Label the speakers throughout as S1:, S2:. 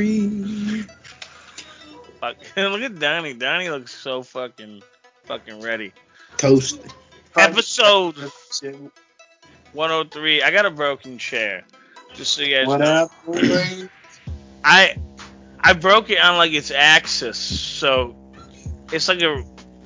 S1: three.
S2: Fuck. Look at Donnie. Donnie looks so fucking fucking ready.
S1: Toast.
S2: Episode 103. I got a broken chair. Just so you guys
S1: What
S2: know.
S1: up, boys?
S2: I I broke it on like its axis, so it's like a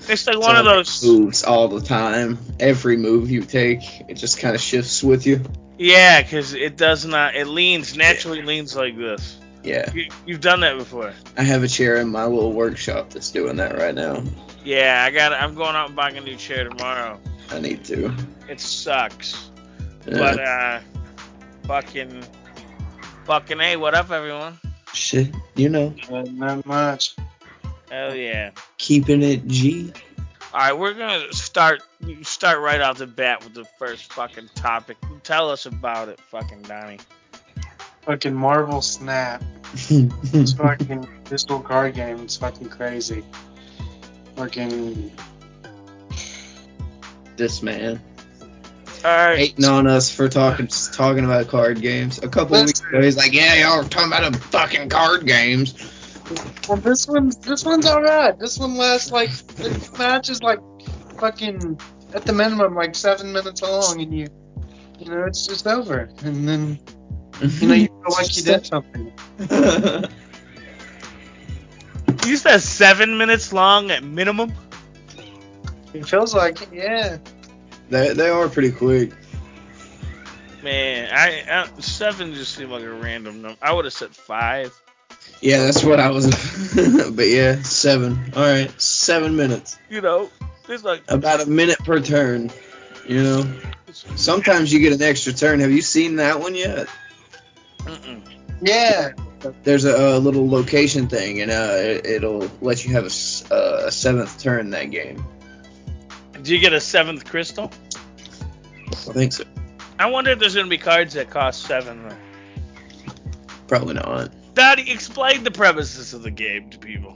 S2: it's like one of those
S1: moves all the time. Every move you take, it just kind of shifts with you.
S2: yeah, because it does not it leans naturally leans like this.
S1: Yeah,
S2: You, you've done that before.
S1: I have a chair in my little workshop that's doing that right now.
S2: Yeah, I got I'm going out and buying a new chair tomorrow.
S1: I need to. Uh,
S2: It sucks,
S1: Yeah.
S2: but uh, fucking fucking hey, what up everyone?
S1: Shit, you know,
S3: Not much.
S2: Hell yeah.
S1: keeping it G.
S2: All right, we're gonna start start right off the bat with the first fucking topic. Tell us about it, fucking Donnie.
S3: Fucking Marvel Snap.
S1: Hmm.
S3: It's fucking this little card game. It's fucking crazy. Fucking
S1: this man
S2: All right.
S1: hating on us for talking just talking about card games. A couple weeks ago, he's like, "Yeah, y'all were talking about them fucking card games."
S3: Well, this one's this one's all right. This one lasts like the match is like fucking at the minimum like seven minutes long, and you you know it's just over, and then you know you feel like you did something.
S2: You said seven minutes long at minimum.
S3: It feels like it, yeah.
S1: they they are pretty quick.
S2: Man, I, I seven just seemed like a random number. I would have said five.
S1: Yeah, that's what I was. but yeah, seven. All right, seven minutes.
S2: You know, it's like
S1: About a minute per turn. You know, sometimes you get an extra turn. Have you seen that one yet?
S2: mm-mm.
S3: Yeah.
S1: There's a, uh little location thing, and uh, it, it'll let you have a, s- uh, a seventh turn that game.
S2: Do you get a seventh crystal?
S1: I think so.
S2: I wonder if there's gonna be cards that cost seven. Though.
S1: Probably not.
S2: Daddy, explain the premises of the game to people.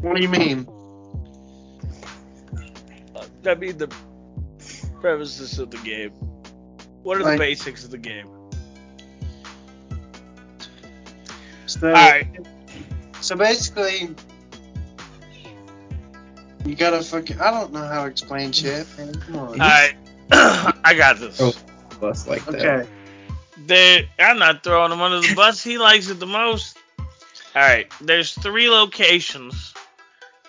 S3: What do you mean?
S2: Uh, I mean the premises of the game. What are the
S3: Like-
S2: basics of the game?
S3: So,
S2: All right.
S3: so basically, you gotta fucking. I don't know how to explain shit. Man. Come on.
S2: All right. I got this.
S1: Oh. Bust like that.
S3: Okay.
S2: There, I'm not throwing him under the bus. He likes it the most. All right, there's three locations,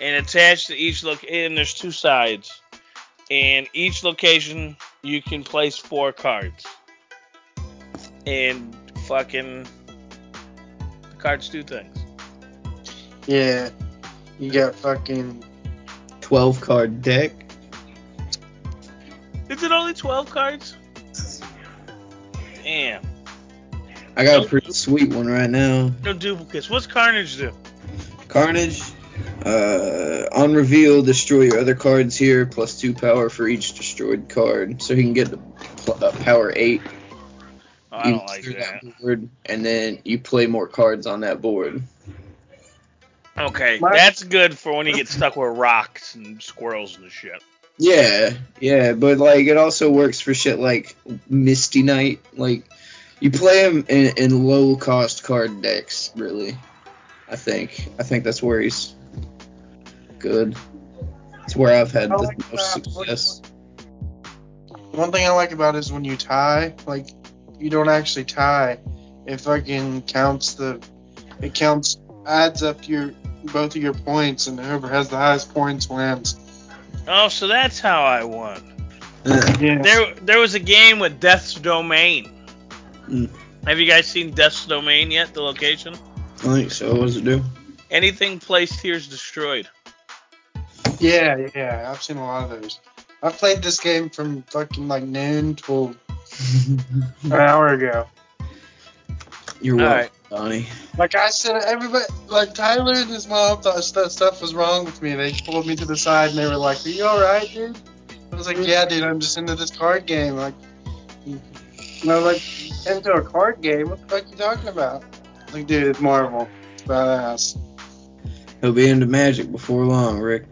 S2: and attached to each look, and there's two sides. And each location, you can place four cards. And fucking the cards do things.
S3: Yeah. You got fucking.
S1: Twelve card deck.
S2: Is it only 12 cards? Damn,
S1: I got a pretty sweet one right now.
S2: no duplicates. What's Carnage do?
S1: Carnage. Uh, on reveal, destroy your other cards here, plus two power for each destroyed card, so he can get the pl- uh, power eight.
S2: Oh, I
S1: You
S2: don't like
S1: clear
S2: that.
S1: board, and then you play more cards on that board.
S2: Okay,
S3: My-
S2: that's good for when you get stuck with rocks and squirrels and shit.
S1: Yeah, yeah, but like it also works for shit like Misty Knight. Like you play him in, in low cost card decks, really. I think. I think that's where he's good. It's where I've had
S3: I
S1: the
S3: like uh,
S1: most
S3: that.
S1: success.
S3: One thing I like about it is when you tie, like, you don't actually tie. It fucking counts the. It counts. Adds up your. Both of your points, and whoever has the highest points wins.
S2: Oh, so that's how I won.
S3: Yeah.
S2: There, there was a game with Death's Domain.
S1: Mm.
S2: Have you guys seen Death's Domain yet? The location?
S1: I think so. What does it do?
S2: Anything placed here is destroyed.
S3: Yeah, yeah. I've seen a lot of those. I played this game from fucking like noon till an hour ago.
S1: You're
S2: All
S1: welcome, Donnie.
S3: Like I said, everybody, like Tyler and his mom thought st- stuff was wrong with me. They pulled me to the side and they were like, "Are you all right, dude?" I was like, "Yeah, dude. I'm just into this card game." Like, and I'm like, "Into a card game? What the fuck you talking about?" Like, dude, it's Marvel. It's badass.
S1: He'll be into magic before long, Rick.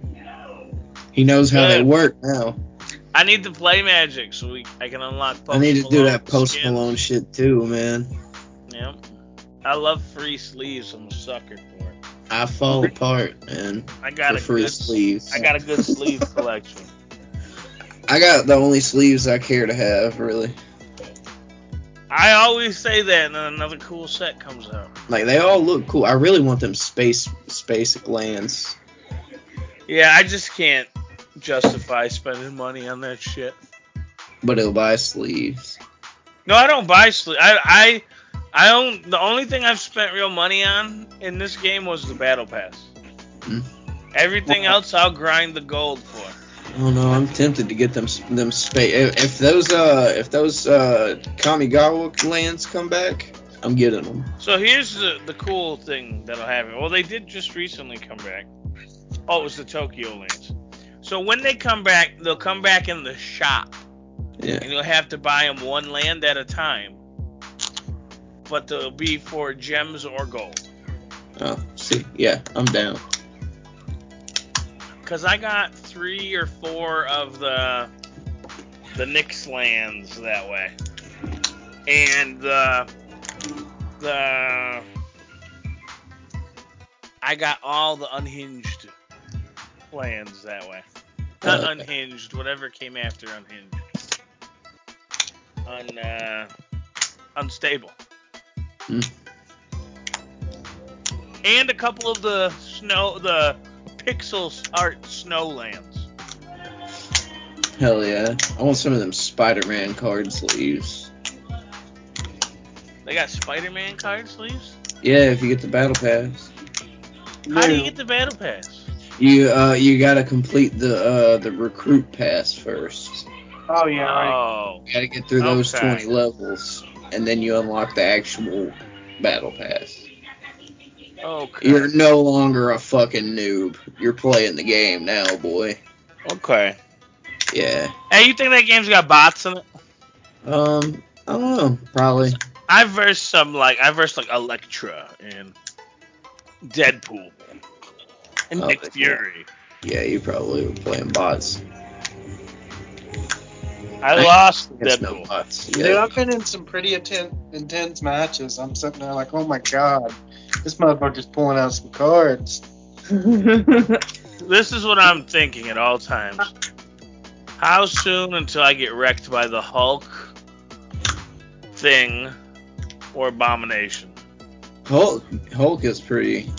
S1: He knows how they
S2: Good.
S1: work now.
S2: I need to play Magic so we I can unlock. Post
S1: I need to do
S2: Malone
S1: that Post
S2: skins.
S1: Malone shit too, man.
S2: Yep. I love free sleeves. I'm a sucker for it.
S1: I fall apart, man.
S2: I got
S1: for
S2: a
S1: free
S2: good,
S1: sleeves.
S2: I got a good sleeve collection.
S1: I got the only sleeves I care to have, really.
S2: I always say that, and then another cool set comes out.
S1: Like they all look cool. I really want them space space glands.
S2: Yeah, I just can't justify spending money on that shit.
S1: But he'll buy sleeves.
S2: No, I don't buy sleep. I I I don't. The only thing I've spent real money on in this game was the battle pass.
S1: Mm.
S2: Everything else, I'll grind the gold for.
S1: Oh no, I'm tempted to get them them space. If, if those uh if those uh Kamigawa glands come back, I'm getting them.
S2: So here's the the cool thing that'll happen. Well, they did just recently come back. Oh, it was the Tokyo Lands. So when they come back, they'll come back in the shop,
S1: Yeah.
S2: and you'll have to buy them one land at a time. But they'll be for gems or gold.
S1: Oh, see, yeah, I'm down.
S2: Cause I got three or four of the the Knicks lands that way, and the the I got all the unhinged lands that way. Not
S1: Uh,
S2: unhinged, whatever came after unhinged. Un uh, unstable.
S1: Hmm.
S2: And a couple of the snow the pixels art snowlands.
S1: Hell yeah. I want some of them Spider-Man card sleeves.
S2: They got Spider-Man card sleeves.
S1: Yeah, if you get the battle pass.
S2: How do you get the battle pass?
S1: You uh you gotta complete the uh the recruit pass first.
S3: Oh yeah. right.
S2: Oh,
S1: You gotta get through those
S2: Okay.
S1: twenty levels and then you unlock the actual battle pass.
S2: okay.
S1: You're no longer a fucking noob. You're playing the game now, boy.
S2: okay.
S1: Yeah.
S2: Hey, you think that game's got bots in it?
S1: Um I don't know, probably.
S2: I versed some like I versed like Electra and Deadpool and
S1: Oh,
S2: Nick
S1: that's cool.
S2: Fury.
S1: Yeah, you probably were playing bots.
S2: I lost
S1: It's no
S2: Deadpool.
S1: bots.
S3: Dude,
S1: Yeah.
S3: I've been in some pretty intense, intense matches. I'm sitting there like, oh my god, this motherfucker's pulling out some cards.
S2: This is what I'm thinking at all times. How soon until I get wrecked by the Hulk thing or Abomination?
S1: Hulk Hulk is pretty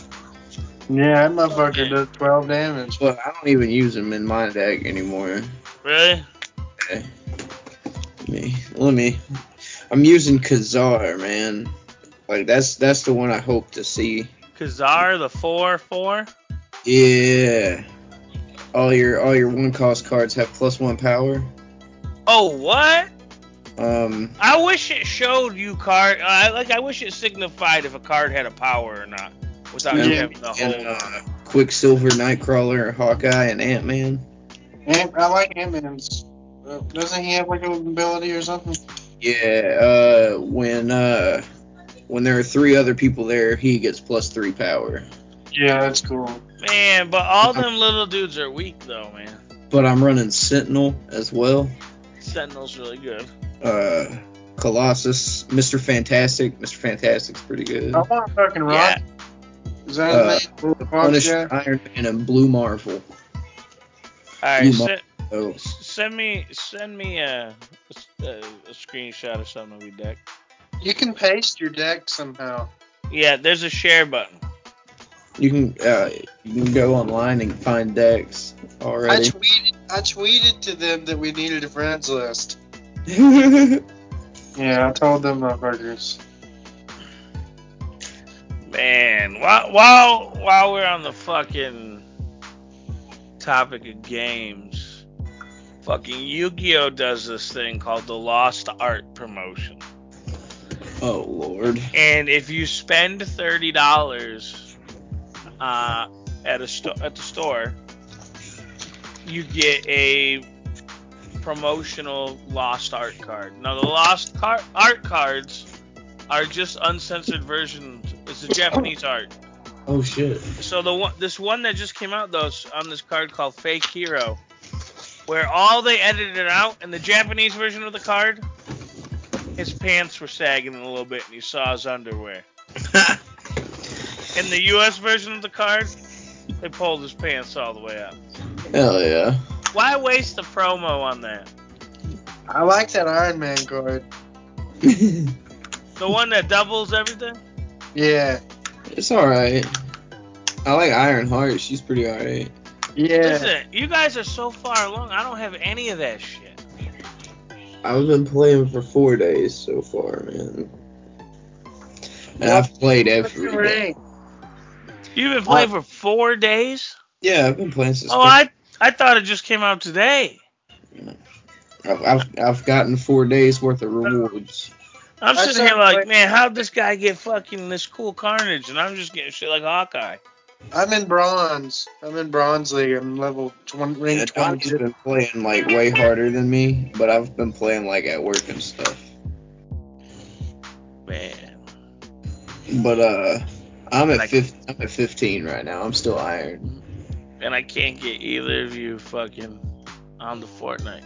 S3: Yeah, that motherfucker does 12 damage.
S1: Well, I don't even use them in my deck anymore.
S2: Really?
S1: Let me, let me. I'm using Kazar, man. Like that's that's the one I hope to see.
S2: Kazar the four four.
S1: Yeah. All your all your one cost cards have plus one power.
S2: Oh what?
S1: Um,
S2: I wish it showed you card. uh, I like. I wish it signified if a card had a power or not without
S1: Yeah.
S2: having the whole.
S1: and, uh, Quicksilver, Nightcrawler, Hawkeye, and Ant Man.
S3: Ant- I like Ant-Man's. uh, Doesn't he have like an ability or something?
S1: Yeah. Uh, when uh, when there are three other people there, he gets plus three power.
S3: Yeah, that's cool.
S2: man, but all them little dudes are weak though, man.
S1: But I'm running Sentinel as well.
S2: Sentinel's really good.
S1: uh Colossus, Mr. Fantastic. Mr. Fantastic's pretty good.
S3: I want a fucking rock. Is that
S1: Uh,
S3: his name? Fuck
S1: Punisher,
S3: yeah.
S1: Iron Man, and Blue Marvel.
S2: All right,
S1: You
S2: se-
S1: Oh,
S2: send me send me a, a, a screenshot or something of your deck.
S3: You can paste your deck somehow.
S2: Yeah, there's a share button.
S1: you can uh, you can go online and find decks
S3: I
S1: already.
S3: tweeted, I tweeted to them that we needed a friends list.
S1: yeah,
S3: Yeah, I told them motherfuckers.
S2: Man, while while while we're on the fucking topic of games, fucking Yu-Gi-Oh does this thing called the Lost Art promotion.
S1: oh lord.
S2: And if you spend thirty dollars uh, at a sto- at the store, you get a promotional lost art card. Now the lost car- art cards are just uncensored versions. It's the Japanese art.
S1: Oh shit.
S2: So the one this one that just came out though is on this card called Fake Hero, where all they edited it out in the Japanese version of the card, his pants were sagging a little bit and you saw his underwear. In the U.S. version of the card, they pulled his pants all the way up.
S1: Hell yeah.
S2: Why waste the promo on that?
S3: I like that Iron Man card.
S1: it's
S2: The one that doubles everything?
S3: Yeah.
S1: alright. I like Iron Heart. She's pretty alright.
S3: Yeah.
S2: Listen, you guys are so far along. I don't have any of that shit.
S1: I've been playing for four days so far, man. And I've played
S3: What's
S1: every
S3: your
S1: day.
S3: rank?
S2: You've been playing for four days?
S1: Yeah, I've been playing since.
S2: Oh, I I thought it just came out today.
S1: I've, I've, I've gotten four days worth of rewards.
S2: I'm
S3: I
S2: sitting here
S3: thought-
S2: like, man, how'd this guy get fucking this cool carnage? And I'm just getting shit like Hawkeye.
S3: I'm in bronze. I'm in bronze league. I'm level 20,
S1: Yeah,
S3: rank
S1: Don's
S3: 20.
S1: been playing like way harder than me, but I've been playing like at work and stuff.
S2: Man.
S1: But uh, I'm at
S2: Like-
S1: fif- I'm at 15 right now. I'm still iron.
S2: And I can't get either of you fucking on the Fortnite.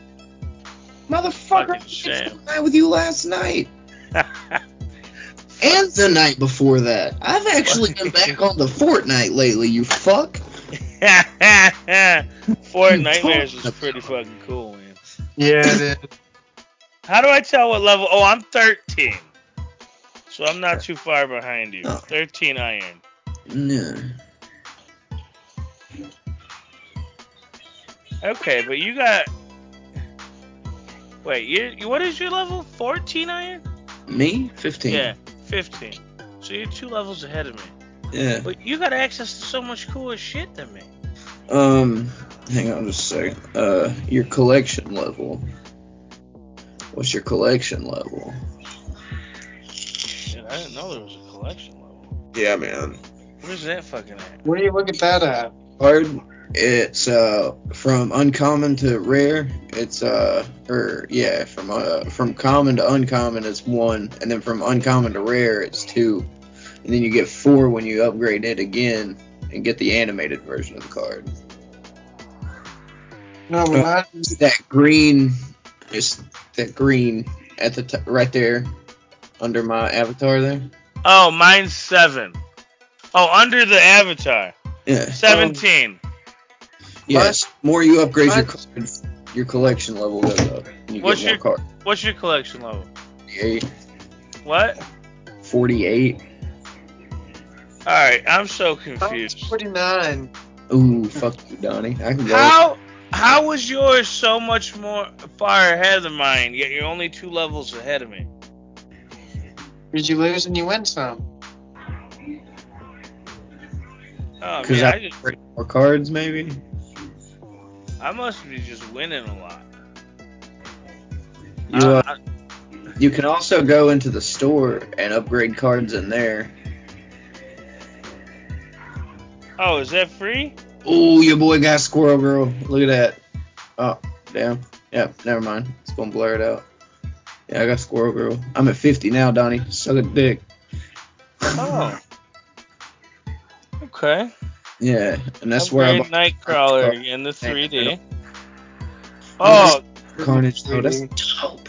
S1: Motherfucker,
S2: Fucking shame.
S1: I with you last night and the night before that. I've actually been back on the Fortnite lately. You fuck.
S2: Fortnite Nightmares is pretty fucking cool, man.
S3: Yeah, it is.
S2: How do I tell what level? Oh, I'm 13. So I'm not too far behind you.
S1: Oh.
S2: 13 iron.
S1: No.
S2: Okay, but you got. Wait, you you- what is your level? 14 iron?
S1: Me? 15.
S2: Yeah, 15. So you're two levels ahead of me.
S1: Yeah.
S2: But you got access to so much cooler shit than me.
S1: Um, hang on just a second. Uh, your collection level. What's your collection level?
S2: Shit, I didn't know there was a collection level.
S1: Yeah, man.
S2: Where's that fucking at?
S3: Where do you look at that at?
S1: Hard. It's uh from uncommon to rare. It's uh or yeah from uh from common to uncommon it's one, and then from uncommon to rare it's two, and then you get four when you upgrade it again and get the animated version of the card.
S3: No, when
S1: Uh,
S3: I,
S1: that green is that green at the t- right there under my avatar there.
S2: Oh, mine's 7. Oh, under the avatar.
S1: Yeah.
S2: 17.
S1: Yes. Um, more you upgrade your
S3: Mine-
S1: cards, your collection level goes up. and You
S2: What's
S1: get
S2: your-
S1: more cards.
S2: What's your collection level?
S1: 48,
S2: What?
S1: 48.
S2: Alright, I'm so
S3: I'm
S2: confused.
S3: 49.
S1: Ooh, fuck you, Donnie. I can go.
S2: How how was yours so much more far ahead than mine, yet you're only two levels ahead of me?
S3: Did you lose and you win some?
S2: Oh
S1: Because
S2: man,
S1: I,
S2: I, just,
S1: upgrade more cards, maybe.
S2: I must be just winning a lot.
S1: You
S2: I-
S1: uh,
S2: I-
S1: you can also go into the store and upgrade cards in there.
S2: oh, is that free?
S1: Ooh, your boy got Squirrel Girl. Look at that. Oh, damn. Yep, never mind. It's gonna blur it out. Yeah, I got Squirrel Girl. I'm at 50 now, Donnie. Suck a dick.
S2: Oh. Okay.
S1: Yeah, and that's where
S2: Upgrade
S1: I
S2: Nightcrawler
S1: Nightcrawler.
S2: in the
S1: Hey,
S2: 3D.
S1: I
S2: Oh,
S1: bought Carnage. though. that's dope.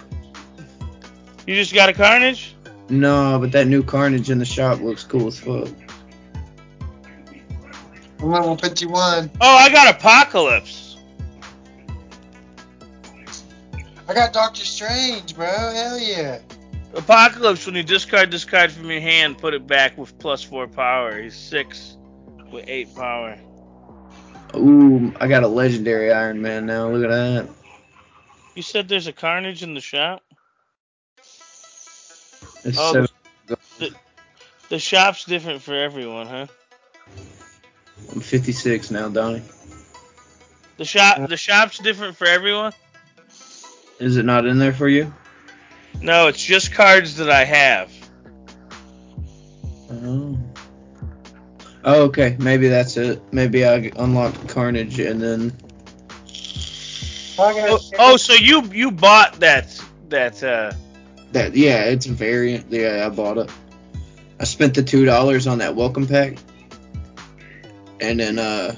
S2: you just got a Carnage?
S1: No, but that new Carnage in the shop looks cool as fuck.
S3: I'm level 51.
S2: Oh, I got Apocalypse.
S3: I got Doctor Strange, bro. Hell yeah.
S2: Apocalypse, when you discard this card from your hand, put it back with plus four power. He's six with eight power.
S1: Ooh, I got a legendary Iron Man now. Look at that.
S2: You said there's a Carnage in the shop?
S1: It's
S2: Oh,
S1: so,
S2: The shop's different for everyone, huh?
S1: I'm 56 now, Donnie.
S2: The shop the shop's different for everyone?
S1: Is it not in there for you?
S2: No, it's just cards that I have.
S1: Oh. Oh, okay. Maybe that's it. Maybe I unlocked Carnage and then.
S3: I got-
S2: Oh, oh, so you you bought that that uh
S1: That yeah, it's a variant. Yeah, I bought it. I spent the two dollars on that welcome pack, and then uh,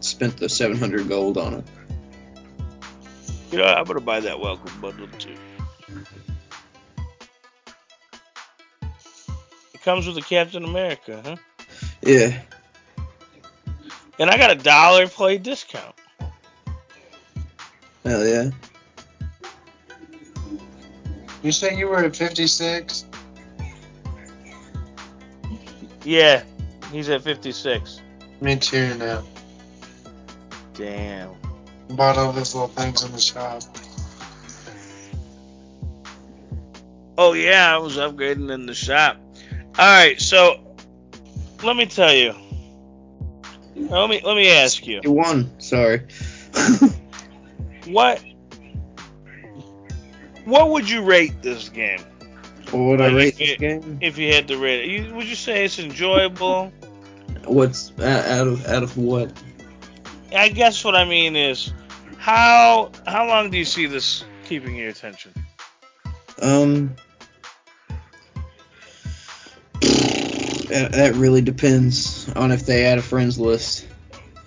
S1: spent the seven hundred gold on it.
S2: you know, I'm gonna buy that welcome bundle too. It comes with a Captain America, huh?
S1: Yeah.
S2: And I got a dollar play discount.
S1: Hell yeah.
S3: You say you were at 56?
S2: Yeah, he's at 56.
S3: Me too now.
S2: Damn.
S3: Bought all those little things in the shop.
S2: Oh yeah, I was upgrading in the shop. All right, so let me tell you. Let me let me ask you.
S1: It won. Sorry.
S2: What what would you rate this game
S1: what would I
S2: Like,
S1: rate this
S2: it-
S1: game?
S2: if you had to rate it? You, would you say it's enjoyable?
S1: What's uh, out of out of what?
S2: I guess what I mean is how how long do you see this keeping your attention?
S1: Um. That, that really depends on if they add a friends list,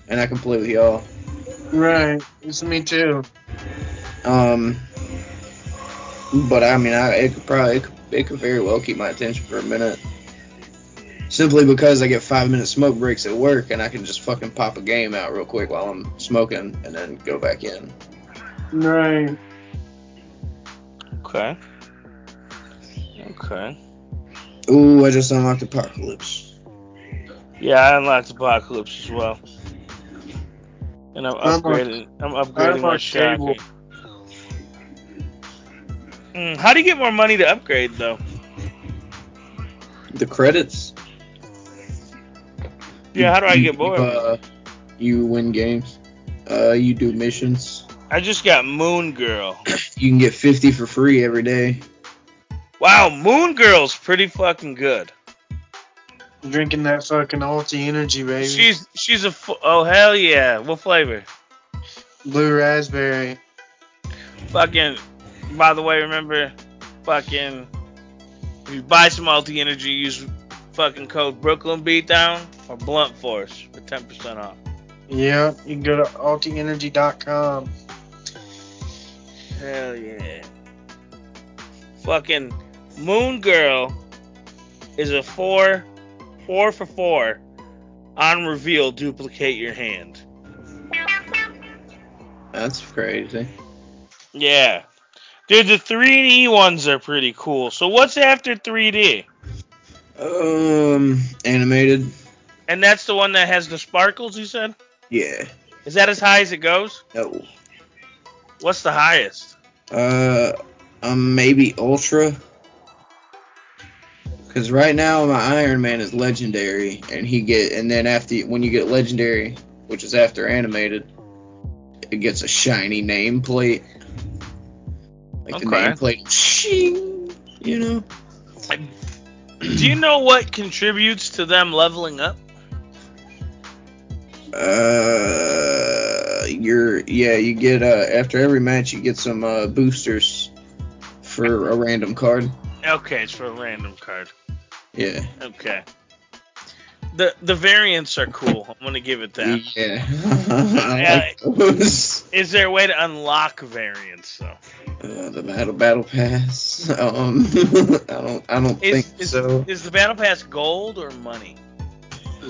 S1: and I can play with y'all.
S3: Right. It's me too.
S1: Um, but I mean, I, it could probably it could, it could very well keep my attention for a minute, simply because I get five minute smoke breaks at work, and I can just fucking pop a game out real quick while I'm smoking, and then go back in.
S3: Right.
S2: Okay. Okay.
S1: Ooh, I just unlocked Apocalypse.
S2: Yeah, I unlocked Apocalypse as well. And I'm
S3: I'm on-
S2: upgrading. I'm
S3: I'm
S2: upgrading my
S3: on cable.
S2: shotgun. Mm, how do you get more money to upgrade though?
S1: The credits.
S2: Yeah, how do I
S1: You-
S2: get more?
S1: You, uh, you win games. Uh, you do missions.
S2: I just got Moon Girl.
S1: You can get fifty for free every day.
S2: Wow, Moon Girl's pretty fucking good.
S3: Drinking that fucking ulti energy, baby.
S2: She's she's a fu- oh hell yeah. What flavor?
S3: Blue raspberry.
S2: Fucking. By the way, remember, fucking. If you buy some Alti Energy, use fucking code Brooklyn Beatdown or Blunt Force for ten percent off.
S3: Yep. You can go to ultienergy.com.
S2: Hell yeah. Fucking Moon Girl is a four, four for four. On reveal, duplicate your hand.
S1: That's crazy.
S2: Yeah. Dude, the 3D ones are pretty cool. So what's after 3D?
S1: Um, animated.
S2: And that's the one that has the sparkles, you said?
S1: Yeah.
S2: Is that as high as it goes?
S1: No.
S2: What's the highest?
S1: Uh, um, maybe Ultra. Cause right now my Iron Man is legendary, and he get, and then after when you get legendary, which is after animated, it gets a shiny nameplate. Like the
S2: Okay.
S1: nameplate, shing, you know.
S2: Do you know what contributes to them leveling up?
S1: Uh, you're yeah, you get uh after every match you get some uh boosters for a random card.
S2: Okay, it's for a random card.
S1: Yeah.
S2: Okay. The the variants are cool. I'm gonna give it that.
S1: Yeah. I like those.
S2: Is there a way to unlock variants though?
S1: Uh, the battle battle pass. Um, I don't I don't think
S2: Is is,
S1: so.
S2: is the battle pass gold or money?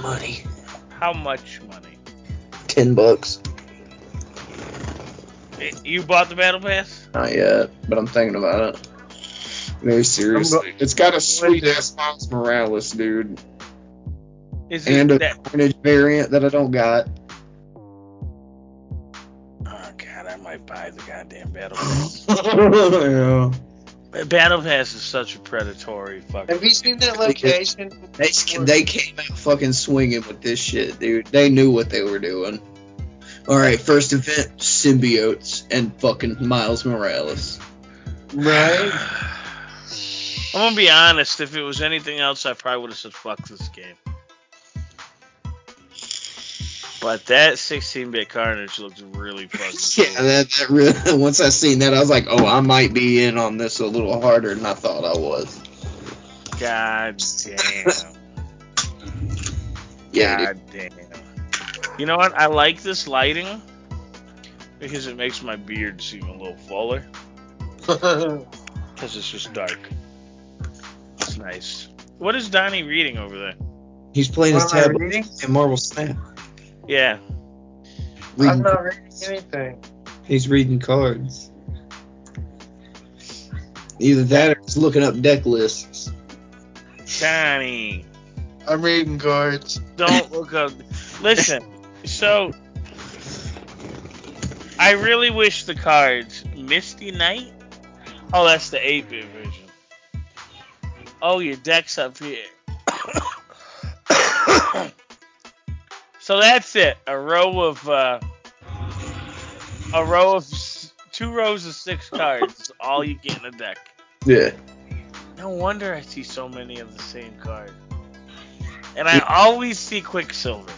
S1: Money.
S2: How much money?
S1: Ten bucks.
S2: Eh, You bought the battle pass?
S1: Not yet, but I'm thinking about it. Very seriously. it's got a sweet ass Miles Morales, dude,
S2: Is it
S1: and a
S2: that?
S1: Carnage variant that I don't got.
S2: Oh god, I might buy the goddamn battle pass.
S1: yeah.
S2: Uh, battle pass is such a predatory fucking.
S3: Have you seen that location?
S1: They s- they came out fucking swinging with this shit, dude. They knew what they were doing. All right, first event symbiotes and fucking Miles Morales.
S3: Right.
S2: I'm gonna be honest. If it was anything else, I probably would have said fuck this game. But that 16-bit Carnage looked really fucking
S1: Yeah,
S2: cool.
S1: that, that really. Once I seen that, I was like, oh, I might be in on this a little harder than I thought I was.
S2: God damn.
S1: Yeah, dude.
S2: God damn. You know what? I like this lighting because it makes my beard seem a little fuller because it's just dark. It's nice. What is Donnie reading over there?
S1: He's playing his
S3: What am I
S1: tablet
S3: reading?
S1: in Marvel Snap.
S2: Yeah.
S3: I'm
S1: Reading,
S3: not reading anything.
S1: he's reading cards. Either that or he's looking up deck lists.
S2: Donnie.
S3: I'm reading cards.
S2: Don't look up. Listen, so I really wish the cards Misty Knight. Oh, that's the 8 bit version. Oh, your deck's up here. so that's it. A row of uh, a row of s- two rows of six cards. is all you get in a deck.
S1: Yeah.
S2: No wonder I see so many of the same card. And I always see Quicksilver.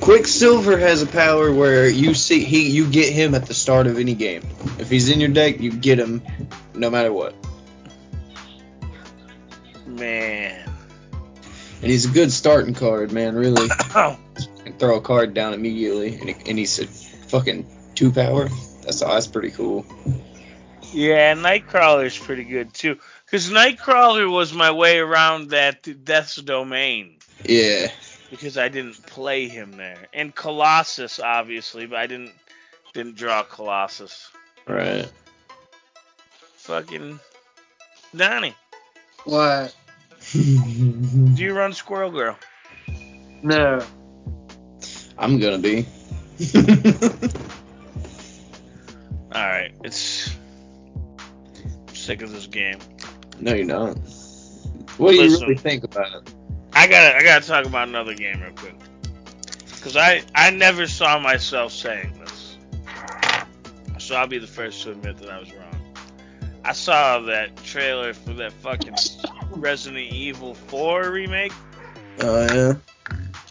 S1: Quicksilver has a power where you see he you get him at the start of any game. If he's in your deck, you get him no matter what.
S2: Man.
S1: And he's a good starting card, man, really.
S2: Oh,
S1: and throw a card down immediately and, he- and he's a fucking two power. That's that's pretty cool.
S2: yeah, Nightcrawler's pretty good too. Because Nightcrawler was my way around that Death's Domain.
S1: Yeah.
S2: Because I didn't play him there. And Colossus, obviously, but I didn't didn't draw Colossus.
S1: Right.
S2: Fucking Donnie,
S3: What?
S2: do you run Squirrel Girl?
S3: No.
S1: I'm gonna be.
S2: Alright, it's I'm sick of this game.
S1: no, you're not. What do you
S2: Listen.
S1: really think about it?
S2: I gotta I gotta talk about another game real quick. Cause I I never saw myself saying this. So I'll be the first to admit that I was wrong. I saw that trailer for that fucking Resident Evil 4 remake.
S1: Oh yeah.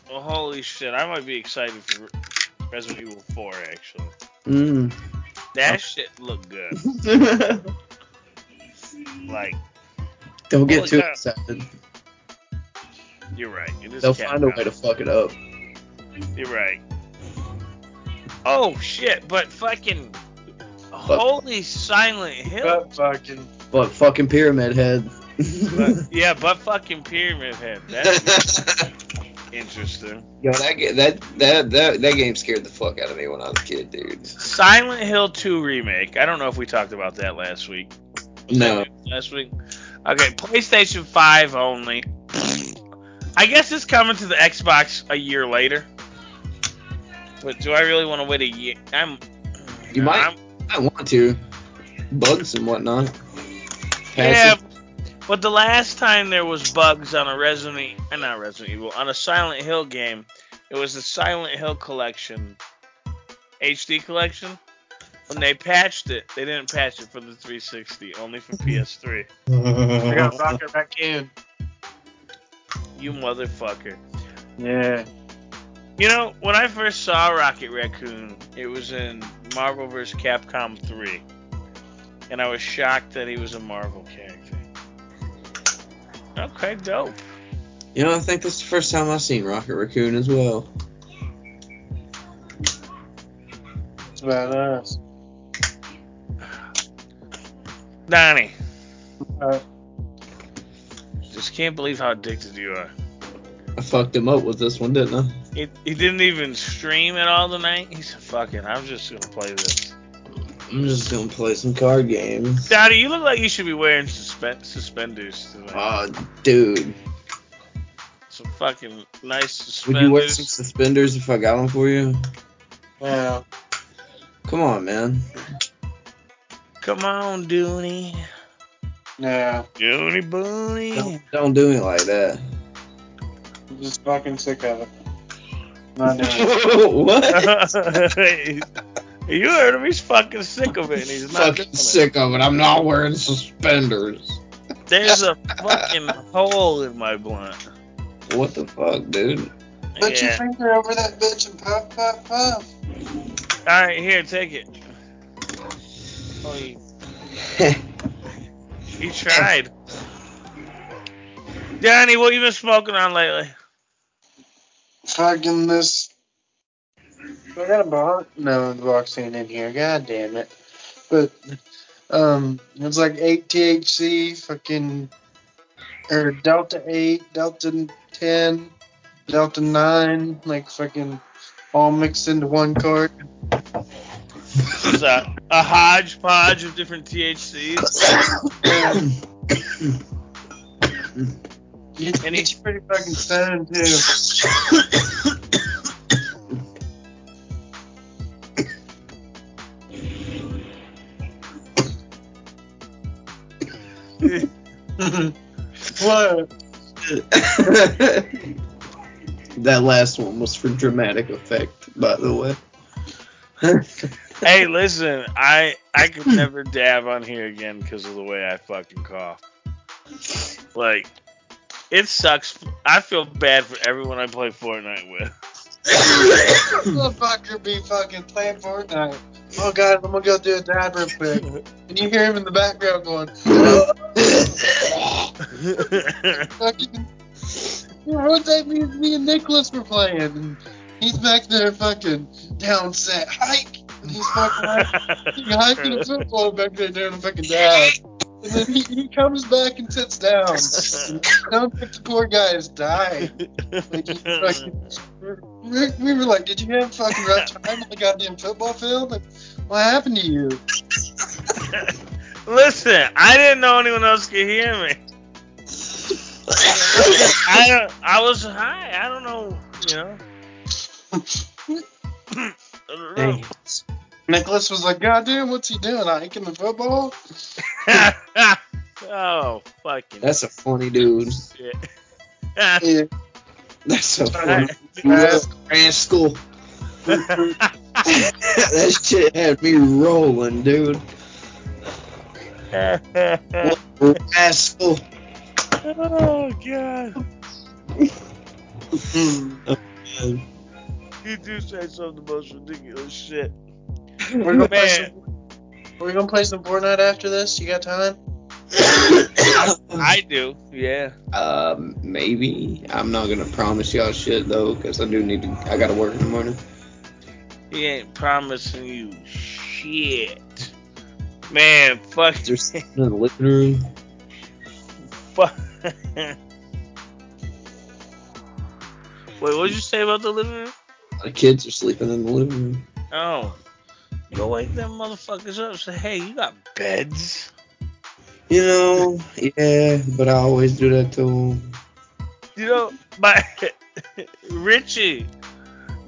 S2: Well, holy shit, I might be excited for Resident Evil 4 actually.
S1: Mm.
S2: That shit looked good. Like,
S1: Don't get
S2: Holy
S1: too
S2: crap.
S1: excited.
S2: you're right. It is
S1: They'll
S2: Capcom.
S1: find a way to fuck it up.
S2: You're right. Oh shit, but fucking holy silent hill.
S3: But fucking.
S1: But fucking pyramid head.
S2: But- yeah, but fucking pyramid head. That's interesting.
S1: Yo, that ga- that that that that game scared the fuck out of me when I was a kid, dude.
S2: Silent Hill 2 remake. I don't know if we talked about that last week. Was
S1: No.
S2: that Last week. Okay, PlayStation 5 only. I guess it's coming to the Xbox a year later. But do I really want to wait a year? I'm.
S1: You might.
S2: I'm-
S1: I want to. Bugs and whatnot.
S2: Yeah,
S1: Patches.
S2: but the last time there was bugs on a Resident, uh, not Resident Evil, on a Silent Hill game, it was the Silent Hill collection, HD collection. When they patched it, they didn't patch it for the 360, only for PS3.
S3: I
S1: Uh-huh.
S3: got Rocket Raccoon.
S2: You motherfucker.
S3: Yeah.
S2: You know, when I first saw Rocket Raccoon, it was in Marvel vs. Capcom 3, and I was shocked that he was a Marvel character. Okay, dope.
S1: You know, I think this is the first time I've seen Rocket Raccoon as well.
S3: It's about us.
S2: Donnie.
S3: Uh,
S2: Just can't believe how addicted you are.
S1: I fucked him up with this one, didn't I?
S2: He, he didn't even stream at all tonight. He said, "Fuck it, I'm just gonna play this."
S1: I'm just gonna play some card games.
S2: Daddy, you look like you should be wearing suspen- suspenders tonight.
S1: Ah, dude.
S2: Some fucking nice
S1: Would
S2: suspenders.
S1: you wear some suspenders if I got them for you?
S3: yeah.
S1: Come on, man.
S2: Come on, Dooney.
S3: Yeah.
S2: Dooney Booney.
S1: Don't, don't do me like that.
S3: I'm just fucking sick of it. Not doing it.
S1: what?
S2: you heard him. He's fucking sick of it, and he's not doing
S1: Fucking sick of it. I'm not wearing suspenders.
S2: It. There's a fucking hole in my blunt.
S1: What the fuck, dude?
S3: Put your
S2: yeah.
S3: finger over that bitch and puff, puff, puff.
S2: All right, here, take it. Oh, you He tried. Danny, what you been smoking on lately?
S3: Fucking this. I got a box. No, Roxanne in here. God damn it. But, um, it's like 8 THC, fucking or Delta Eight, Delta Ten, Delta Nine, like fucking all mixed into one card.
S2: It's a, a hodgepodge of different THCs.
S3: You
S2: And
S3: it's pretty fucking stoned too. what?
S1: that last one was for dramatic effect, by the way.
S2: hey, listen, I I could never dab on here again because of the way I fucking cough. Like, it sucks. I feel bad for everyone I play Fortnite with.
S3: Motherfucker be fucking playing Fortnite. Oh god, I'm gonna go do a dab real quick. And you hear him in the background going, fucking. Yeah, what that means me and Nicholas were playing. And he's back there fucking down set hike. And he's fucking hiking, hiking a football back there doing a fucking dab. And then he, he comes back and sits down. Now the poor guy is dying. Like, he's fucking- we, we were like, did you have a fucking rough time on the goddamn football field? Like, what happened to you?
S2: Listen, I didn't know anyone else could hear me. I don't, I was high. I don't know. You know. I don't know.
S3: Nicholas was like, God damn, what's he doing? Hiking the football?
S2: oh fucking
S1: That's a funny dude.
S2: shit.
S3: Yeah.
S1: That's a funny
S2: Alright.
S1: little rascal. that shit had me rolling, dude. Rascal.
S2: oh god.
S3: Hmm.
S2: You do say some of the most ridiculous shit.
S3: We're gonna play
S2: Man.
S3: some, we're gonna play some Fortnite after this. You got time?
S2: I do. Yeah.
S1: Um, maybe. I'm not gonna promise y'all shit though, cause I do need to. I gotta work in the morning.
S2: He ain't promising you shit. Man, fuck.
S1: There's something in the living room.
S2: fuck. Wait, what'd you say about the living room?
S1: The kids are sleeping in the living room.
S2: Oh. Go wake them motherfuckers up. Say, hey, you got beds?
S1: You know, yeah, but I always do that to 'em.
S2: You know, my Richie,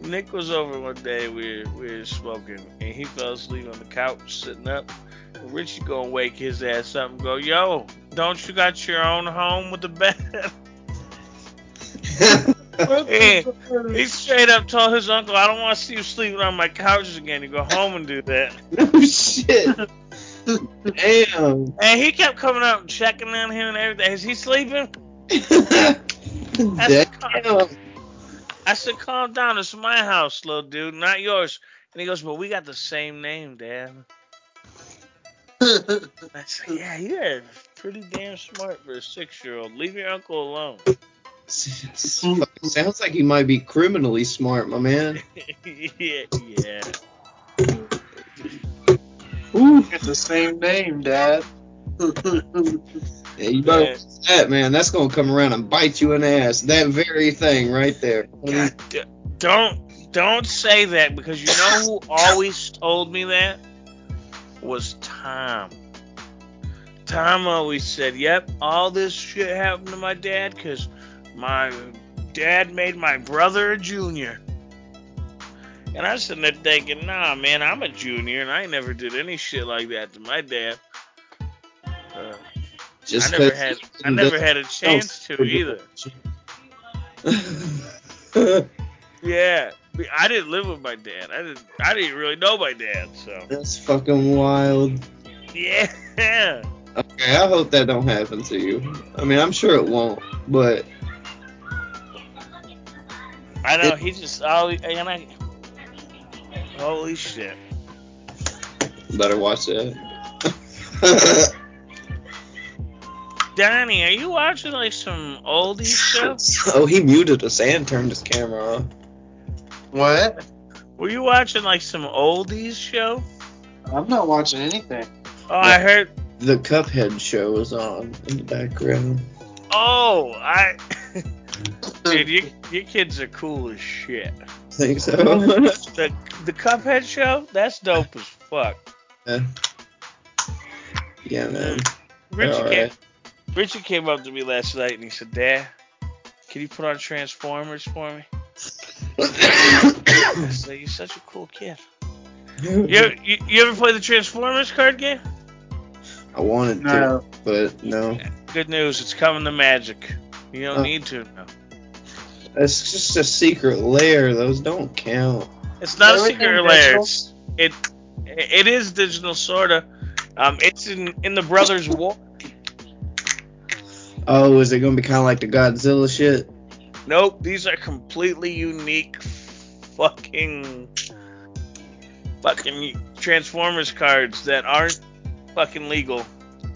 S2: Nick was over one day. We were, we were smoking, and he fell asleep on the couch sitting up. Richie gonna wake his ass up and go, "Yo, don't you got your own home with a bed?" Yeah. he straight up told his uncle, "I don't want to see you sleeping on my couches again. You go home and do that."
S1: no Oh, shit. Damn.
S2: And he kept coming up and checking on him and everything. Is he sleeping?
S1: Damn.
S2: I said, "Calm down. It's my house, little dude, not yours." And he goes, "But we got the same name, Dad." I said, yeah, you're pretty damn smart for a six year old. Leave your uncle alone.
S1: Sounds like he might be criminally smart, my man.
S2: yeah, yeah.
S1: Ooh.
S3: It's the same name, Dad.
S1: Yeah, you better watch that man. That's gonna come around and bite you in the ass. That very thing right there.
S2: God, d- don't don't say that because you know who always told me that was Tom. Tom always said, "Yep, all this shit happened to my dad because my dad made my brother a junior." And I was sitting there thinking, "Nah, man, I'm a junior and I ain't never did any shit like that to my dad." Uh, I
S1: Just
S2: never
S1: 'cause-
S2: had I never had a chance to either. Yeah, I didn't live with my dad. I didn't. I didn't really know my dad. So
S1: That's fucking wild.
S2: yeah,
S1: Okay, I hope that don't happen to you. I mean, I'm sure it won't, but
S2: I know. He just always and I. Holy shit!
S1: better watch that.
S2: Donnie, are you watching like some oldies stuff?
S1: oh, he muted us and turned his camera off.
S3: what?
S2: Were you watching like some oldies show?
S3: I'm not watching anything.
S2: Oh, I heard.
S1: The Cuphead show is on in the background.
S2: Oh, I. Dude, your, your kids are cool as shit.
S1: think so.
S2: The the Cuphead show, that's dope as fuck.
S1: yeah, man.
S2: Richie,
S1: All
S2: came,
S1: right.
S2: Richie came up to me last night and he said, Dad, can you put on Transformers for me? I said, You're such a cool kid. You ever, you, you ever play the Transformers card game?
S1: I wanted to,
S3: No.
S1: but no.
S2: Good news, it's coming to Magic. You don't
S1: Oh.
S2: need to now.
S1: That's just a secret lair. Those don't count.
S2: It's not a
S3: Everything
S2: secret lair.
S3: digital?
S2: It's, it it is digital sorta. Um, it's in in the Brothers War.
S1: Oh, is it gonna be kind of like the Godzilla shit?
S2: Nope, these are completely unique fucking fucking Transformers cards that aren't fucking legal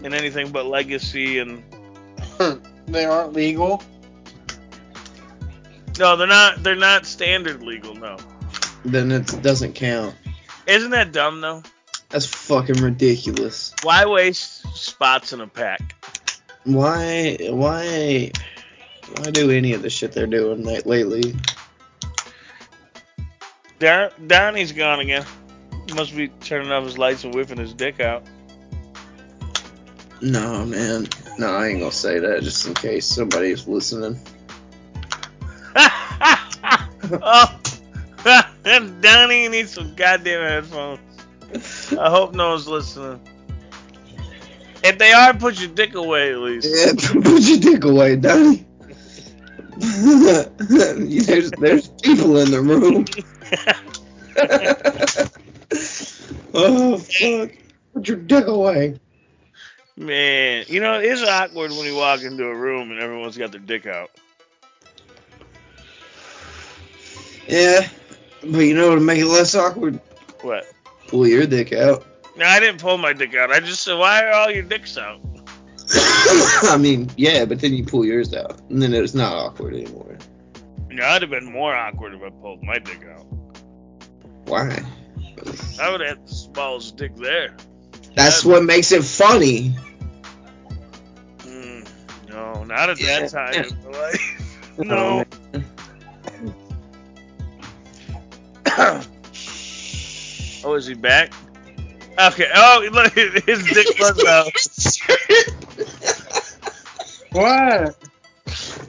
S2: in anything but Legacy and
S3: They aren't legal.
S2: no, they're not they're not standard legal. No,
S1: Then it doesn't count.
S2: isn't that dumb though?
S1: That's fucking ridiculous.
S2: Why waste spots in a pack?
S1: Why? Why? Why do any of the shit they're doing like, lately?
S2: Don- Donnie's gone again. Must be turning off his lights and whipping his dick out.
S1: No, man. No, I ain't gonna say that just in case somebody's listening.
S2: oh, Donnie needs some goddamn headphones. I hope no one's listening. If they are, put your dick away at least.
S1: Yeah, put your dick away, Donnie. there's there's people in the room. oh fuck! Put your dick away.
S2: Man, you know, it is awkward when you walk into a room and everyone's got their dick out.
S1: Yeah, but you know to make it less awkward,
S2: What?
S1: pull your dick out.
S2: No, I didn't pull my dick out. I just said, why are all your dicks out?
S1: I mean, yeah, but then you pull yours out, and then it's not awkward anymore.
S2: You know, I'd have been more awkward if I pulled my dick out.
S1: Why?
S2: I would have had the smallest dick there.
S1: That's what makes it funny.
S2: Mm, no, not at
S1: Yeah.
S2: that time. in my life. No. oh, is he back? Okay. Oh, look, his dick
S1: Oh,
S2: was out.
S3: What?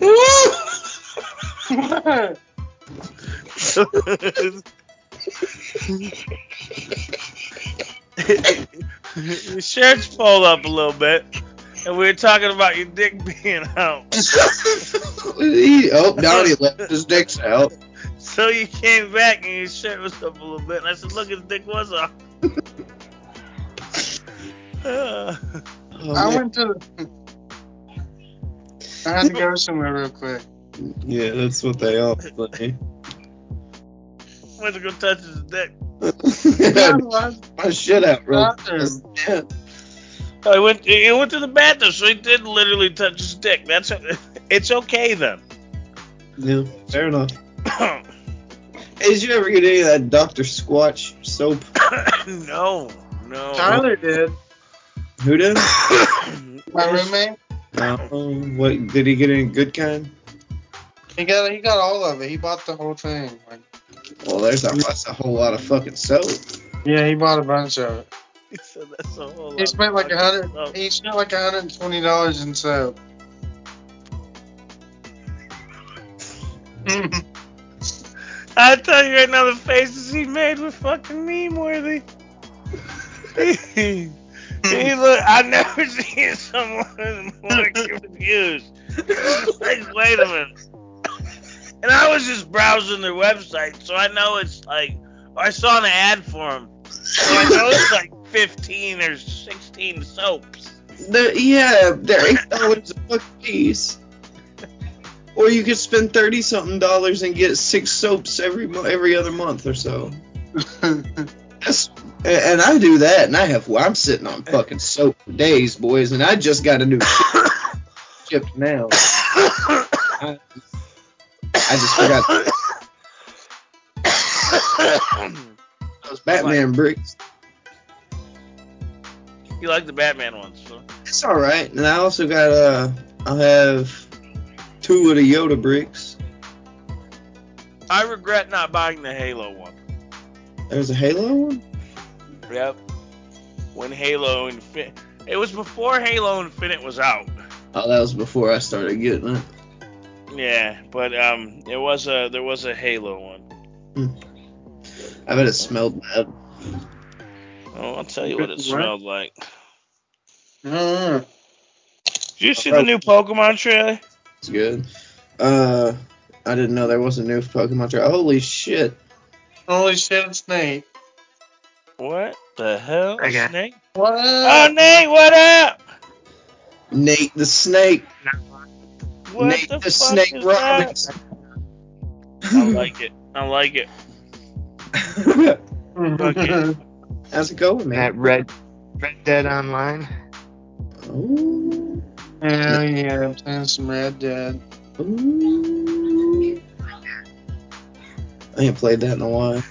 S3: What?
S2: your shirt's pulled up a little bit, and we were talking about your dick being out.
S1: He- oh, Donnie left his dicks out.
S2: So you came back and your shirt was up a little bit, and I said, "Look, his dick was out." Uh,
S1: Oh,
S3: I
S1: man.
S3: went to. I had to go somewhere real quick.
S1: yeah, that's what they all play.
S2: went to go touch his dick.
S1: My shit out, real
S3: Bathroom.
S1: Yeah.
S2: I went. He went to the bathroom, so he did literally touch his dick. That's it's okay then.
S1: yeah, fair enough. Hey, did you ever get any of that Dr. Squatch soap?
S2: no, no.
S3: Tyler did.
S1: Who did?
S3: My roommate.
S1: Oh, what did he get any good kind?
S3: He got he got all of it. He bought the whole thing. Like,
S1: Well, there's a, that's a whole lot of fucking soap.
S3: yeah, he bought a bunch of it.
S2: He said that's a whole
S3: He
S2: lot.
S3: spent like a
S2: of
S3: hundred.
S2: fucking
S3: He spent like a hundred and twenty dollars in soap.
S2: stuff. I tell you right now, the faces he made were fucking meme worthy. he look. I never seen someone more confused. like, wait a minute. And I was just browsing their website, so I know it's like I saw an ad for them. So I know it's like 15 or 16 soaps.
S1: The, yeah, they're eight dollars a fucking piece. Or you could spend thirty something dollars and get six soaps every mo- every other month or so.
S2: Mm-hmm.
S1: That's and- and I do that, and I have well, I'm sitting on fucking soap for days, boys, and I just got a new ship- shipped now. I, I just forgot those Batman bricks.
S2: you like the Batman ones, so.
S1: It's all right, and I also got uh, I'll have Who would have Yoda bricks?
S2: I regret not buying the Halo one.
S1: There's a Halo one.
S2: Yep. When Halo Infinite, it was before Halo Infinite was out.
S1: Oh, that was before I started getting it.
S2: Yeah, but um, it was a there was a Halo one.
S1: I bet it smelled bad.
S2: Oh, I'll tell you what it
S3: What?
S2: smelled like.
S3: Mm.
S2: Did you see the new Pokemon trailer?
S1: It's good. Uh, I didn't know there was a new Pokemon trailer. Holy shit!
S3: Holy shit, it's Nate.
S2: What the hell? A
S4: Okay.
S2: Snake?
S3: What?
S2: Oh, Nate, what up?
S1: Nate the Snake.
S2: What
S1: Nate the,
S2: fuck
S1: Snake
S2: is that?
S1: Roberts.
S2: I like it. I like it. Okay.
S1: How's it going,
S4: That
S1: man?
S4: Red Red Dead Online.
S1: Ooh,
S3: Hell yeah, I'm playing some Red Dead.
S1: ooh. I ain't played that in a while.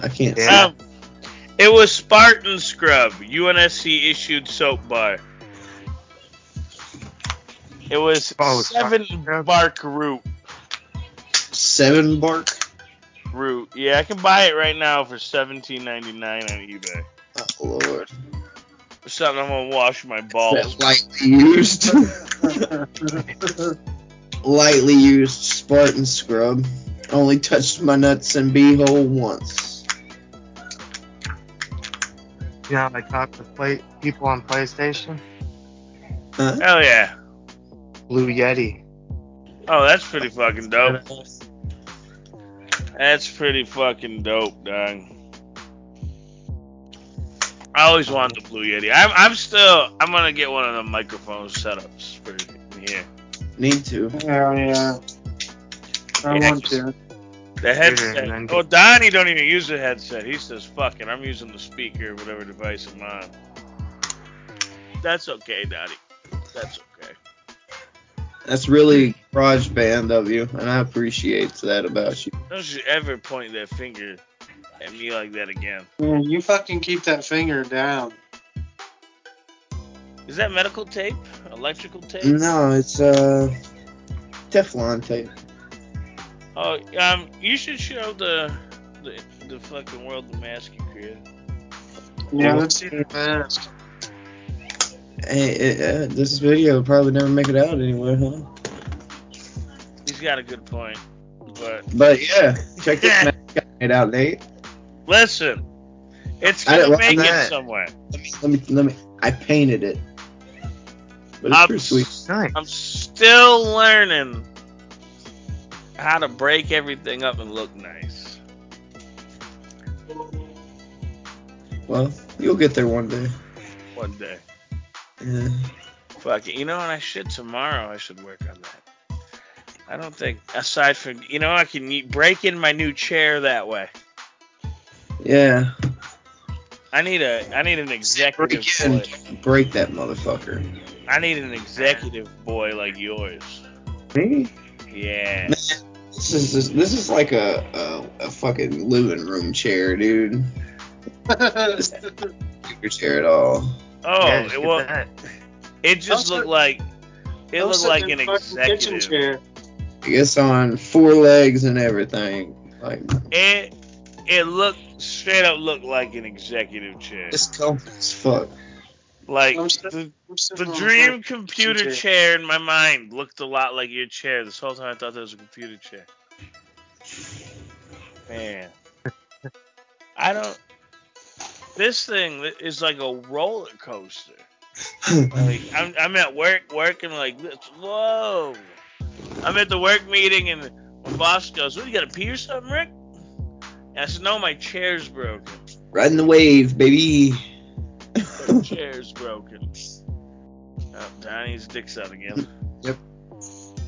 S1: I can't.
S4: Yeah.
S2: Um, it was Spartan Scrub, UNSC issued soap bar. It was
S4: Oh, it's
S2: seven
S4: Spartan Scrub.
S2: bark root.
S1: see. Seven bark.
S2: Root. Yeah, I can buy it right now for seventeen ninety nine on eBay.
S1: Oh lord.
S2: Or something I'm gonna wash my balls.
S1: That lightly used, lightly used Spartan scrub. Only touched my nuts and beehole once.
S4: You know, like not the play, people on PlayStation.
S1: Huh?
S2: Hell yeah.
S4: Blue Yeti.
S2: Oh, that's pretty fucking dope. That's pretty fucking dope, dog. I always want the Blue Yeti. I'm, I'm still. I'm gonna get one of the microphone setups for in here.
S1: Need to.
S3: Hell yeah. I
S2: Yeah,
S3: want
S2: just-
S3: to.
S2: The
S4: and then
S2: headset.
S4: get-
S2: Well, Donnie don't even use the headset. He says, "Fucking, I'm using the speaker, whatever device I'm on." That's okay, Donnie. That's okay.
S1: That's really garage band of you, and I appreciate that about you.
S2: Don't you ever point that finger at me like that again.
S3: Man, you fucking keep that finger down.
S2: Is that medical tape? Electrical tape?
S1: No, it's uh Teflon tape.
S2: Oh, um, you should show the the, the fucking world the mask you created.
S3: Yeah, let's see the mask.
S1: Hey, it, uh, this video will probably never make it out anywhere, huh?
S2: He's got a good point, but
S1: But yeah, check this mask I made out, Nate.
S2: listen, it's
S1: I
S2: gonna
S1: don't
S2: make
S1: want
S2: it
S1: that.
S2: somewhere.
S1: Let me, let me, let me. I painted it, but it's
S2: I'm,
S1: pretty sweet.
S4: Nice.
S2: I'm still learning how to break everything up and look nice.
S1: Well, you'll get there one day.
S2: One day,
S1: Yeah.
S2: fuck it. You know what? I should tomorrow. I should work on that. I don't think aside from you know I can eat, break in my new chair that way.
S1: yeah,
S2: I need a I need an executive.
S1: Break in.
S2: boy.
S1: break that motherfucker.
S2: I need an executive boy like yours.
S1: Me?
S2: Yeah.
S1: This is just, this is like a, a a fucking living room chair, dude. Your chair at all.
S2: Oh,
S4: Yeah, just
S2: it
S4: get
S2: well,
S4: that.
S2: it just
S3: I'm
S2: looked like it
S3: I'm
S2: looked
S3: sitting
S2: like
S3: in
S2: an
S3: fucking kitchen
S2: executive.
S3: chair.
S1: I guess on four legs and everything. Like
S2: It it looked straight up looked like an executive chair.
S1: it's comfy as fuck.
S2: Like
S3: I'm st-
S2: the,
S3: I'm sitting
S2: the
S3: on
S2: dream computer
S3: chair.
S2: chair in my mind looked a lot like your chair. This whole time I thought that was a computer chair. Man, I don't. This thing is like a roller coaster. Like I'm, I'm at work working like this. Whoa! I'm at the work meeting and my boss goes, "What? You got to pee or something, Rick?" And I said, "No, my chair's broken.
S1: Riding the wave, baby.
S2: My chair's broken." Oh, Donnie's dick's out again.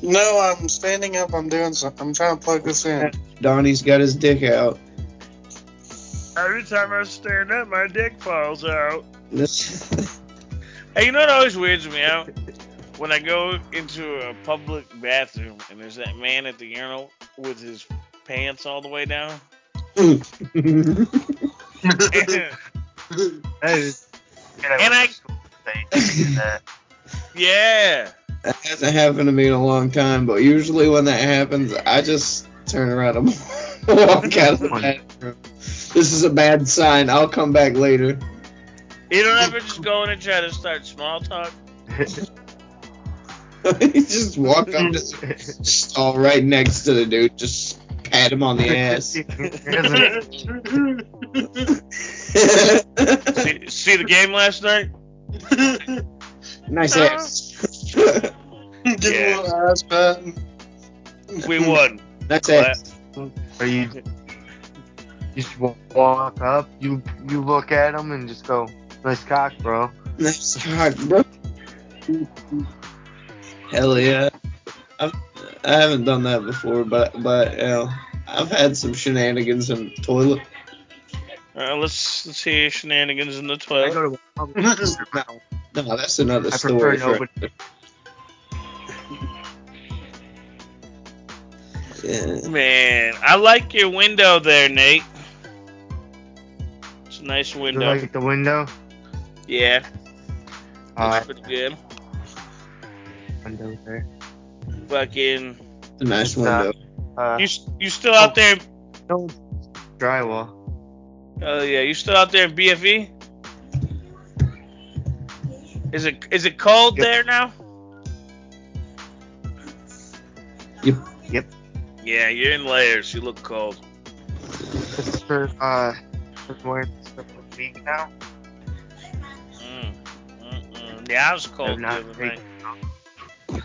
S3: No, I'm standing up. I'm doing something. I'm trying to plug this in.
S1: Donnie's got his dick out.
S2: Every time I stand up, my dick falls out.
S1: This
S2: Hey, you know what always weirds me out? When I go into a public bathroom and there's that man at the urinal with his pants all the way down.
S4: That is-
S2: And I-
S4: They do that.
S2: Yeah.
S1: That hasn't happened to me in a long time, but usually when that happens, I just turn around and walk out of the bathroom. This is a bad sign. I'll come back later.
S2: You don't ever just go in and try to start small talk.
S1: just walk up to the stall right next to the dude, just pat him on the ass.
S2: See, see the game last night?
S1: nice ass.
S3: Give him a little ass pat.
S2: We won.
S1: nice ass.
S4: Or you, you just wa- walk up, you you look at him and just go, nice cock, bro.
S1: Nice cock, bro. Hell yeah. I've, I haven't done that before, but but you know, I've had some shenanigans in the toilet.
S2: Uh, let's let's hear shenanigans in the
S4: I
S2: toilet.
S4: go to public
S1: No, no, that's another
S4: I prefer
S1: story. for-
S4: nobody.
S1: Yeah.
S2: Man, I like your window there, Nate. It's a nice
S4: you
S2: window.
S4: like at the window.
S2: yeah,
S4: Uh,
S2: that's pretty good.
S4: window there.
S2: Fucking,
S1: It's a nice
S4: It's, uh,
S1: window.
S4: Uh,
S2: you s- you still
S4: Oh.
S2: out there?
S4: no drywall.
S2: Oh yeah, you still out there in BFE? Is it is it cold
S4: Yep.
S2: there now?
S1: Yep.
S4: Yep.
S2: Yeah, you're in layers. You look cold.
S4: It's for uh, I'm wearing stuff with me now.
S2: Mm. Mm-mm. Yeah, I was cold
S4: They're not
S2: the other
S4: big.
S2: night.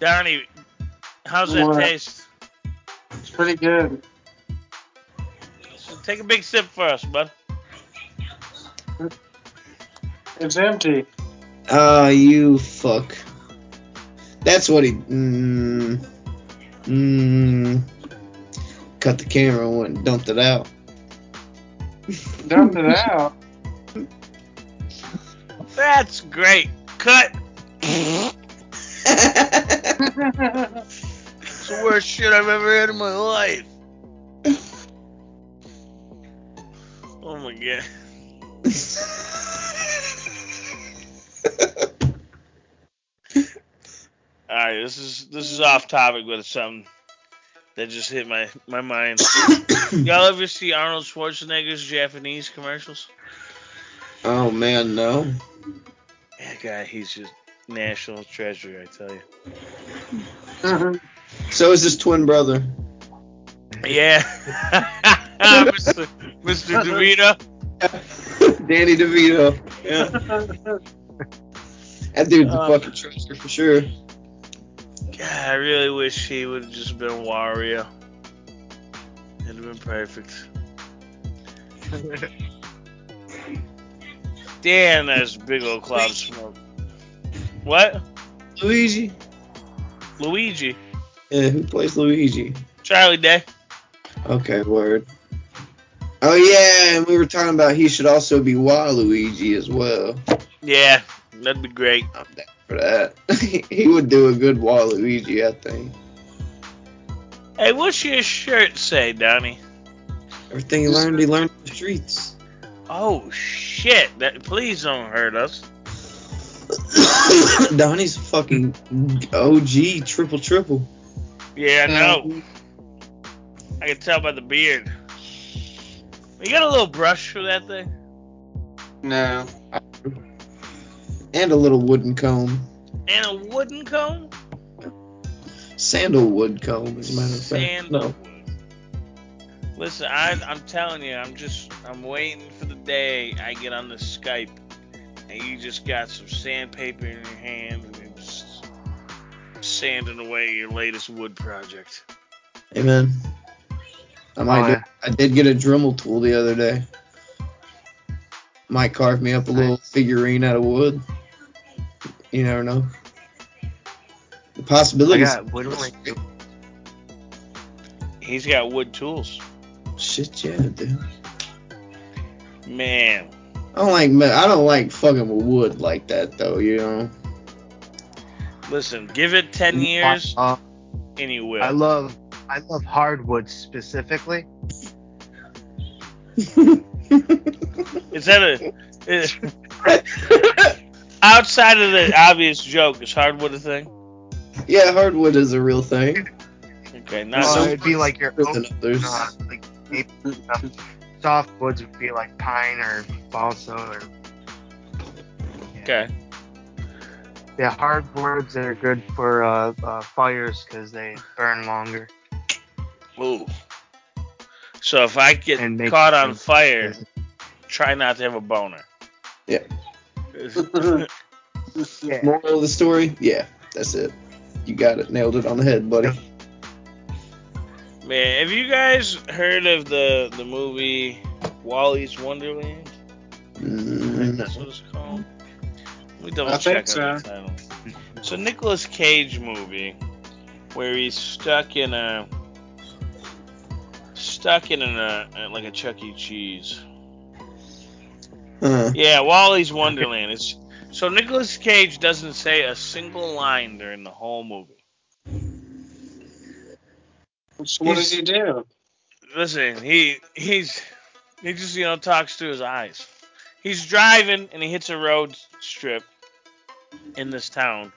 S2: Donnie, how's that
S3: What?
S2: taste?
S3: It's pretty good.
S2: So take a big sip for us, bud.
S3: It's empty.
S1: Ah, you fuck. That's what he. Mm, mm, cut the camera and went and dumped it out.
S3: Dumped it out.
S2: That's great. Cut. It's the worst shit I've ever had in my life. Oh my god. All right, this is this is off topic, but it's something that just hit my my mind. Y'all ever see Arnold Schwarzenegger's Japanese commercials?
S1: oh man, no.
S2: That guy, he's just national treasure, I tell you.
S1: So is his twin brother.
S2: Yeah, Mr. Mr. DeVito.
S1: Danny DeVito. Yeah. That dude's
S2: Uh.
S1: a fucking treasure for sure.
S2: God, I really wish he would have just been Wario. It'd have been perfect. Damn, that's a big old cloud of smoke. What?
S1: Luigi.
S2: Luigi?
S1: Yeah, who plays Luigi?
S2: Charlie Day?
S1: Okay, word. Oh yeah, and we were talking about he should also be Waluigi as well.
S2: Yeah, that'd be great.
S1: I'm down for that. he would do a good Waluigi, I think.
S2: Hey, what's your shirt say, Donnie?
S1: Everything he learned, he learned from the streets.
S2: Oh shit! That please don't hurt us.
S1: Donnie's a fucking OG triple triple.
S2: Yeah, I
S3: Um,
S2: know. I can tell by the beard. You got a little brush for that thing?
S3: No.
S1: And a little wooden comb.
S2: And a wooden comb?
S1: Sandalwood comb, as a matter of fact.
S2: Sandalwood. Listen, I, I'm telling you, I'm just, I'm waiting for the day I get on the Skype and you just got some sandpaper in your hand and you're just sanding away your latest wood project.
S1: No. Amen. I might
S4: Oh,
S1: do-
S4: yeah.
S1: I did get a Dremel tool the other day. Might carve me up a little figurine out of wood. You never know. The
S4: I
S1: possibilities.
S4: got woodland.
S2: He's got wood tools.
S1: Shit, yeah, dude.
S2: Man.
S1: I don't like me- I don't like fucking with wood like that though. You know.
S2: Listen, give it 10 years
S4: Uh,
S2: and you
S4: I
S2: will.
S4: love I love hardwood specifically.
S2: Is that a. Is, Outside of the obvious joke, is hardwood a thing?
S1: Yeah, hardwood is a real thing.
S2: Okay, not
S4: Uh,
S1: Some
S4: it'd be like your
S1: More
S4: oak,
S1: than others.
S4: uh, like maple stuff. Softwoods would be like pine or balsa or
S2: okay.
S4: yeah, hardwoods that are good for uh, uh, fires because they burn longer.
S2: Ooh. So if I get
S4: And make
S2: caught on
S4: sense.
S2: fire, try not to have a boner.
S1: Yeah.
S4: Yeah.
S1: Moral of the story? Yeah, that's it. You got it. Nailed it on the head, buddy.
S2: Man, have you guys heard of the the movie Wally's Wonderland? I think
S1: Mm,
S2: that's what it's called. Let me double
S3: I think
S2: check on the title. It's a Nicolas Cage movie where he's stuck in a stuck in a in like a Chuck E. Cheese.
S1: huh.
S2: Yeah, Wally's Wonderland. It's so Nicolas Cage doesn't say a single line during the whole movie.
S3: So what does he do?
S2: Listen, he he's he just you know talks through his eyes. He's driving and he hits a road strip in this town,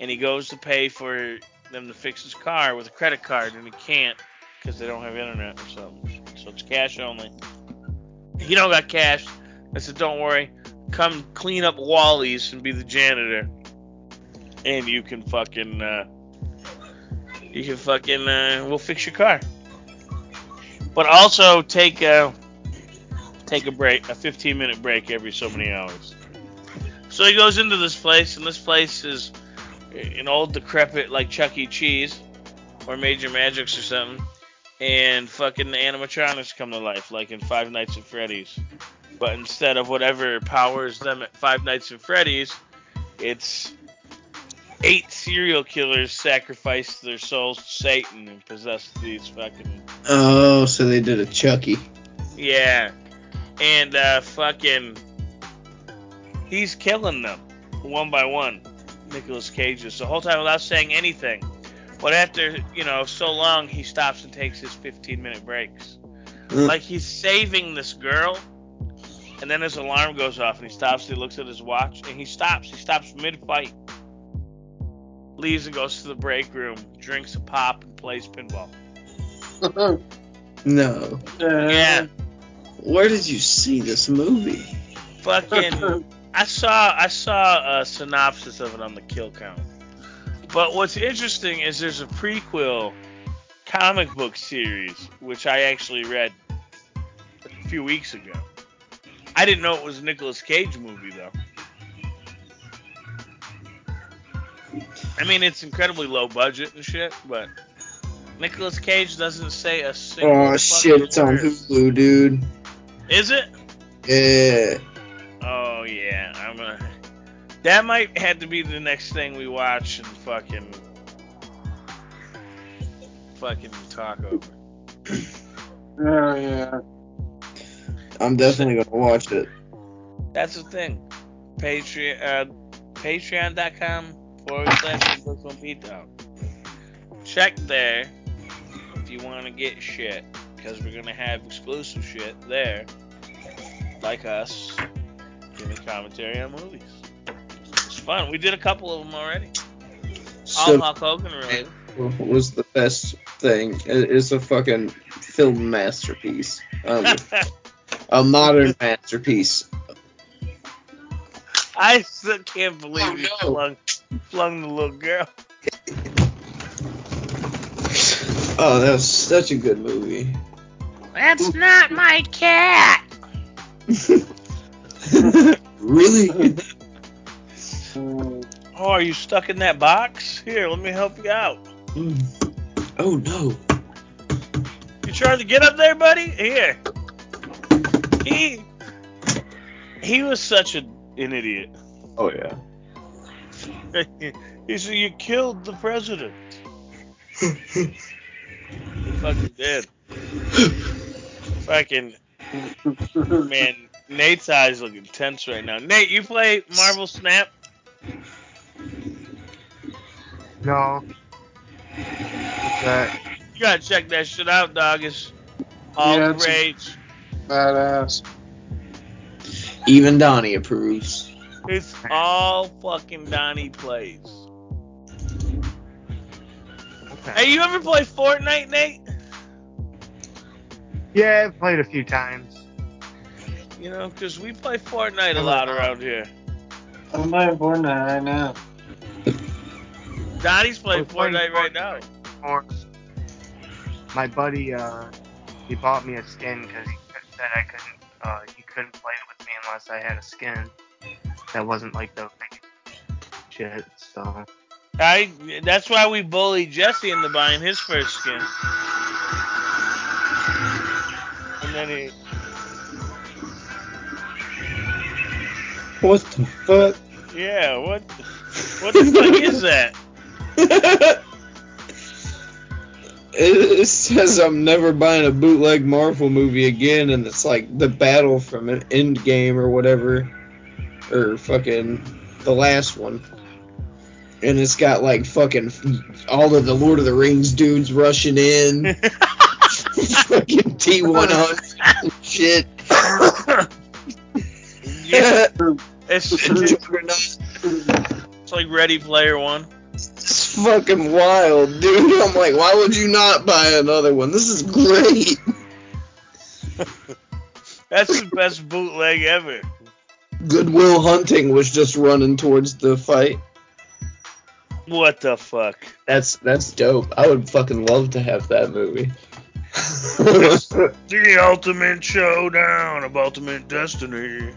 S2: and he goes to pay for them to fix his car with a credit card, and he can't because they don't have internet or something. So it's cash only. He don't got cash. I said, don't worry, come clean up Wally's and be the janitor, and you can fucking uh, you can fucking uh, we'll fix your car. But also take a take a break, a 15 minute break every so many hours. So he goes into this place, and this place is an old decrepit like Chuck E. Cheese or Major Magics or something, and fucking the animatronics come to life like in Five Nights at Freddy's. But instead of whatever powers them at Five Nights at Freddy's, it's eight serial killers sacrificed their souls to Satan and possessed these fucking
S1: Oh, so they did a Chucky.
S2: yeah. And uh fucking he's killing them one by one. Nicholas Cage is the whole time without saying anything. But after, you know, so long he stops and takes his 15 minute breaks.
S1: Mm.
S2: Like he's saving this girl and then his alarm goes off and he stops, he looks at his watch and he stops. He stops mid fight. Leaves and goes to the break room, drinks a pop and plays pinball.
S1: No.
S3: Uh,
S2: Yeah.
S1: Where did you see this movie?
S2: Fucking
S3: Oh,
S2: I saw I saw a synopsis of it on the kill count. But what's interesting is there's a prequel comic book series which I actually read a few weeks ago. I didn't know it was a Nicolas Cage movie though. I mean it's incredibly low budget and shit, but Nicolas Cage doesn't say a single
S1: Oh
S2: fucking
S1: shit, it's on
S2: word.
S1: Hulu, dude.
S2: Is it?
S1: Yeah.
S2: Oh yeah, I'm gonna. That might have to be the next thing we watch and fucking, fucking talk over.
S3: Oh, yeah.
S1: I'm definitely gonna watch it.
S2: That's the thing. Patreon, uh, Patreon.com forward slash The Brooklyn Beat Dog. Check there if you want to get shit, because we're gonna have exclusive shit there, like us giving commentary on movies. It's fun. We did a couple of them already. All
S1: So
S2: Hulk Hogan related.
S1: was the best thing. It- It's a fucking film masterpiece. Um, a modern masterpiece.
S2: I still can't believe
S1: Oh,
S2: you
S1: no.
S2: flung, flung the little girl.
S1: Oh, that was such a good movie.
S2: That's not my cat.
S1: really?
S2: Oh, are you stuck in that box? Here, let me help you out.
S1: oh no.
S2: You trying to get up there, buddy? Here. He he was such a, an idiot.
S1: Oh yeah.
S2: he said, "You killed the president." He fucking did. Fucking man, Nate's eyes look intense right now. Nate, you play Marvel Snap?
S4: No. But
S2: You gotta check that shit out, dog. It's all
S3: Yeah,
S2: the
S3: it's-
S2: rage.
S3: Badass.
S1: Even Donnie approves.
S2: It's all fucking Donnie plays.
S4: Okay.
S2: Hey, you ever play Fortnite, Nate?
S4: Yeah, I've played a few times.
S2: You know, 'cause we play Fortnite a lot around here.
S3: I'm playing Fortnite right now.
S2: Donnie's playing
S4: We're playing
S2: Fortnite right now.
S4: Fortnite. Or my buddy, uh, he bought me a skin because he could- said I couldn't, uh, he couldn't play it with me unless I had a skin that wasn't like the big shit. So
S2: I. That's why we bullied Jesse into buying his first skin. And then he.
S1: What the fuck?
S2: Yeah. What? What the fuck is that?
S1: it, it says I'm never buying a bootleg Marvel movie again, and it's like the battle from an end game or whatever, or fucking the last one. And it's got like fucking all of the Lord of the Rings dudes rushing in, fucking T100 shit.
S2: yeah, it's, it's,
S1: Juggernaut.
S2: it's like Ready Player One.
S1: It's fucking wild, dude. I'm like, why would you not buy another one? This is great.
S2: That's the best bootleg ever.
S1: Goodwill Hunting was just running towards the fight.
S2: What the fuck?
S1: That's that's dope. I would fucking love to have that movie.
S2: The Ultimate Showdown of Ultimate Destiny.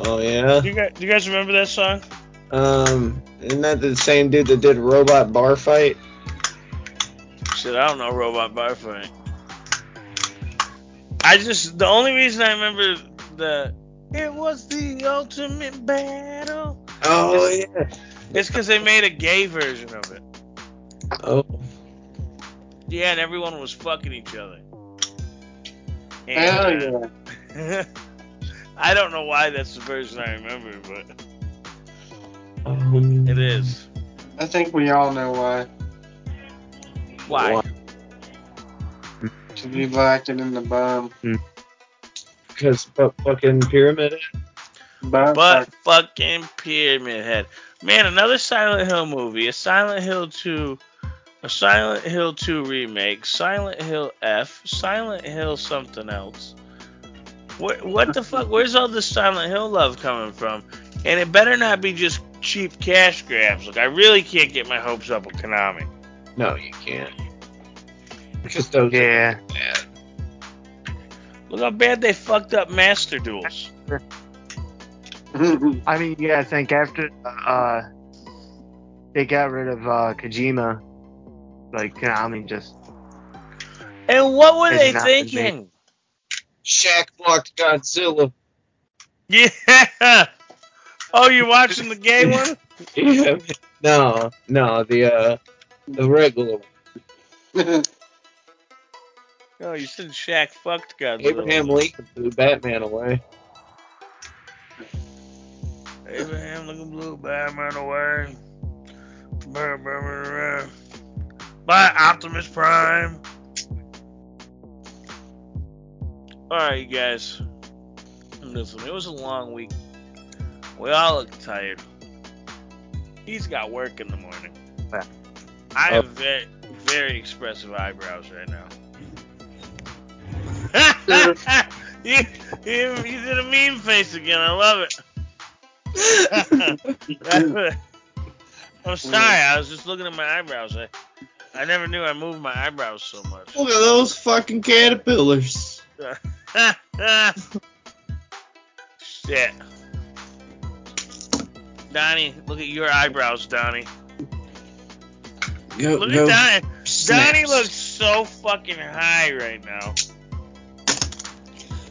S1: oh yeah.
S2: Do you guys, do you guys remember that song?
S1: Um, isn't that the same dude that did Robot Bar Fight?
S2: Shit, I don't know Robot Bar Fight. I just the only reason I remember the it was the ultimate battle
S1: Oh yeah.
S2: is because they made a gay version of it.
S1: Oh.
S2: Yeah, and everyone was fucking each other.
S3: Hell
S2: And, uh,
S3: yeah.
S2: I don't know why that's the version I remember, but
S1: Um,
S2: it is.
S3: I think we all know why.
S2: Why?
S3: To be black and in the bum.
S1: Because fu- fucking pyramid.
S3: Bum
S2: But
S3: fuck.
S2: fucking Pyramid Head. Man, another Silent Hill movie. A Silent Hill 2. A Silent Hill 2 remake. Silent Hill F. Silent Hill something else. What, what the fuck? Where's all this Silent Hill love coming from? And it better not be just cheap cash grabs. Like, I really can't get my hopes up with Konami.
S1: No, you can't. Just those.
S4: yeah,
S2: Look how bad they fucked up Master Duels.
S4: I mean, yeah. I think after uh, they got rid of uh, Kojima, like Konami just
S2: And what were
S4: It's
S2: they
S4: not the name.
S2: thinking?
S1: Shaq blocked Godzilla.
S2: Yeah. Oh, you're watching the gay one?
S1: Yeah. No, no, the uh, the regular one.
S2: No, Oh, you said Shaq fucked Godzilla.
S1: Abraham Lincoln blew Batman away.
S2: Abraham Lincoln blew Batman away. Blah, blah, blah, blah. By Optimus Prime. Alright, you guys. Listen, it was a long week. We all look tired. He's got work in the morning.
S4: Yeah.
S2: I
S1: Oh.
S2: have very, very expressive eyebrows right now. you, you, you did a meme face again. I love it. I'm sorry, I was just looking at my eyebrows. I, I never knew I moved my eyebrows so much.
S1: Look at those fucking caterpillars.
S2: Shit. Donnie, look at your eyebrows, Donnie.
S1: Go,
S2: Look
S1: go
S2: at Donnie.
S1: snaps.
S2: Donnie looks so fucking high right now.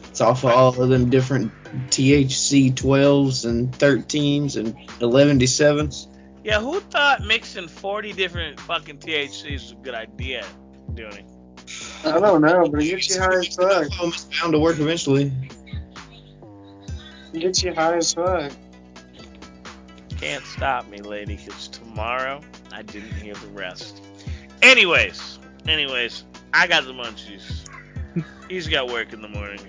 S1: It's off of all of them different THC 12s and 13s and 117s.
S2: Yeah, who thought mixing 40 different fucking THCs was a good idea, Donnie?
S3: I don't know, but it gets you high as fuck.
S1: It's bound to work eventually.
S3: It gets you high as fuck.
S2: Can't stop me, lady, because tomorrow I didn't hear the rest. Anyways, anyways, I got the munchies. He's got work in the morning.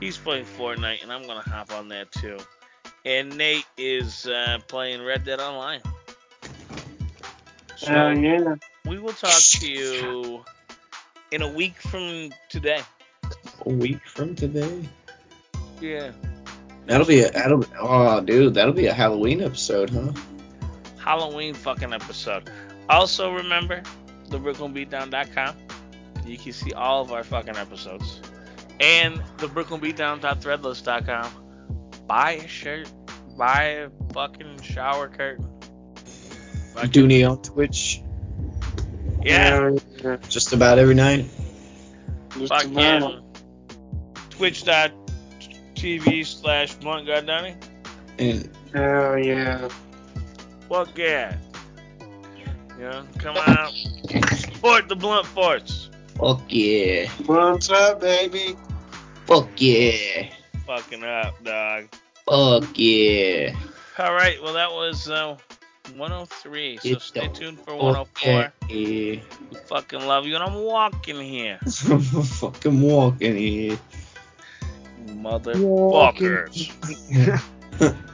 S2: He's playing Fortnite, and I'm gonna hop on that too. and Nate is uh, playing Red Dead Online. So
S3: Hell yeah.
S2: we will talk to you in a week from today.
S1: A week from today.
S2: Yeah.
S1: That'll be a that'll oh dude that'll be a Halloween episode, huh?
S2: Halloween fucking episode. Also remember the BrooklynBeatdown.com. You can see all of our fucking episodes. And the BrooklynBeatdown.threadless.com. Buy a shirt. Buy a fucking shower curtain. Fuck it.
S1: Dooney on Twitch
S2: Yeah.
S3: yeah.
S1: just about every night.
S3: Just tomorrow.
S2: Fucking twitch.tv slash Blunt God Donnie.
S1: And
S3: Hell yeah.
S2: Fuck yeah. Yeah, come out. Support the Blunt Force.
S1: fuck yeah,
S3: What's up, baby?
S1: fuck yeah,
S2: Fucking up, dog.
S1: fuck yeah.
S2: All right. Well, that was uh, 103. So
S1: It's
S2: stay
S1: dope.
S2: tuned for
S1: Fuck
S2: 104.
S1: yeah.
S2: Fucking love you. And I'm walking here.
S1: I'm fucking walking here.
S2: Motherfuckers.
S4: Yeah.